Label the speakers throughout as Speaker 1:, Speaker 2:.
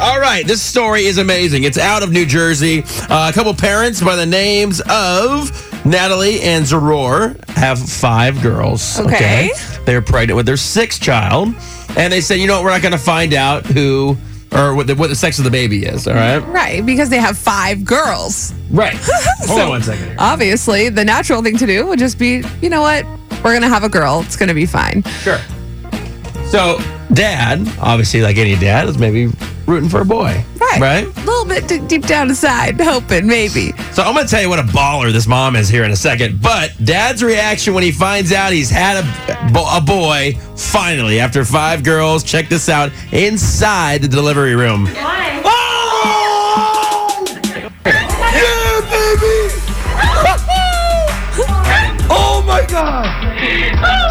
Speaker 1: right, this story is amazing. It's out of New Jersey. Uh, a couple parents by the names of Natalie and Zoror have five girls.
Speaker 2: Okay.
Speaker 1: They're pregnant with their sixth child. And they said, you know what? We're not going to find out who or what the, what the sex of the baby is. All right.
Speaker 2: Right, because they have five girls.
Speaker 1: Right. Hold on one second. here.
Speaker 2: Obviously, the natural thing to do would just be, you know what? We're going to have a girl. It's going to be fine.
Speaker 1: Sure. So, dad, obviously, like any dad, is maybe rooting for a boy.
Speaker 2: Right.
Speaker 1: Right.
Speaker 2: A little bit d- deep down inside, hoping maybe.
Speaker 1: So I'm going to tell you what a baller this mom is here in a second. But dad's reaction when he finds out he's had a, bo- a boy finally after five girls. Check this out inside the delivery room. Oh! Yeah, baby! oh my god!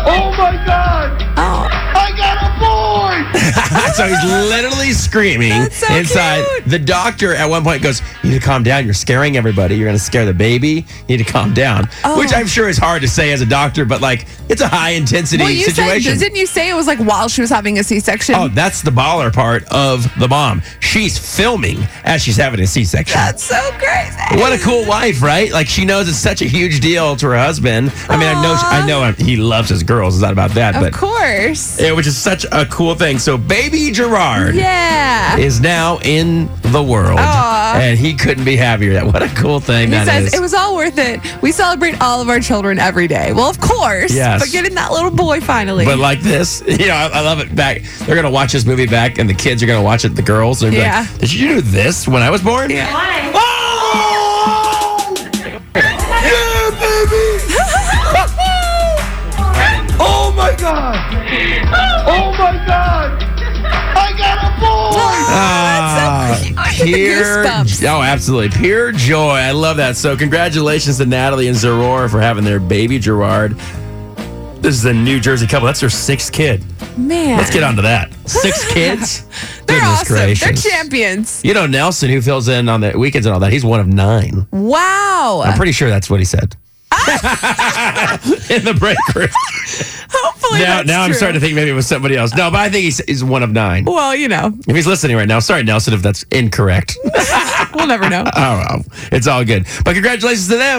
Speaker 3: Oh my god!
Speaker 2: Oh,
Speaker 3: I got a boy!
Speaker 1: so he's literally screaming
Speaker 2: That's so
Speaker 1: inside.
Speaker 2: cute.
Speaker 1: The doctor at one point goes, "You need to calm down. You're scaring everybody. You're going to scare the baby. You need to calm down."
Speaker 2: Oh.
Speaker 1: Which I'm sure is hard to say as a doctor, but like it's a high intensity
Speaker 2: well, you
Speaker 1: situation.
Speaker 2: said, didn't you say it was like while she was having a C-section?
Speaker 1: Oh, that's the baller part of the mom. She's filming as she's having a C-section.
Speaker 2: That's so crazy.
Speaker 1: what a cool wife, right? Like she knows it's such a huge deal to her husband. I mean, I know,
Speaker 2: Aw.
Speaker 1: I know, um, he loves his girls. It's not about that,
Speaker 2: Of
Speaker 1: but
Speaker 2: course.
Speaker 1: yeah, which is such a cool thing. So, baby Gerard
Speaker 2: Yeah.
Speaker 1: is now in the world,
Speaker 2: Aw.
Speaker 1: and he couldn't be happier. That what a cool thing
Speaker 2: He
Speaker 1: that is.
Speaker 2: says it was all worth it. We celebrate all of our children every day. Well, of course.
Speaker 1: Yes.
Speaker 2: But getting that little boy finally.
Speaker 1: But like this, you know, I, I love it. Back, they're gonna watch this movie back, and the kids are gonna watch it. The girls, they're gonna be
Speaker 2: Yeah.
Speaker 1: like, "Did you do this when I was born?" Yeah. Oh! Yeah, baby! Oh my god!
Speaker 3: Oh my god! I got a boy!
Speaker 2: Aw, Oh, that's so
Speaker 1: Ah,
Speaker 2: cute.
Speaker 1: pure,
Speaker 2: I get the goosebumps.
Speaker 1: oh, absolutely, pure joy. I love that. So, congratulations to Natalie and Zerora for having their baby Gerard. This is a New Jersey couple. That's their sixth kid.
Speaker 2: Man.
Speaker 1: Let's get on to that. Six kids.
Speaker 2: They're
Speaker 1: Goodness
Speaker 2: awesome.
Speaker 1: gracious.
Speaker 2: They're champions.
Speaker 1: You know Nelson, who fills in on the weekends and all that. He's one of nine.
Speaker 2: Wow.
Speaker 1: I'm pretty sure that's what he said. in the break room.
Speaker 2: Hopefully
Speaker 1: now,
Speaker 2: Ah! that's
Speaker 1: now I'm
Speaker 2: true.
Speaker 1: starting to think maybe it was somebody else. No, but I think he's, he's one of nine.
Speaker 2: Well, you know,
Speaker 1: If he's listening right now, sorry Nelson, if that's incorrect.
Speaker 2: we'll never know.
Speaker 1: oh, well, it's all good. But congratulations to them.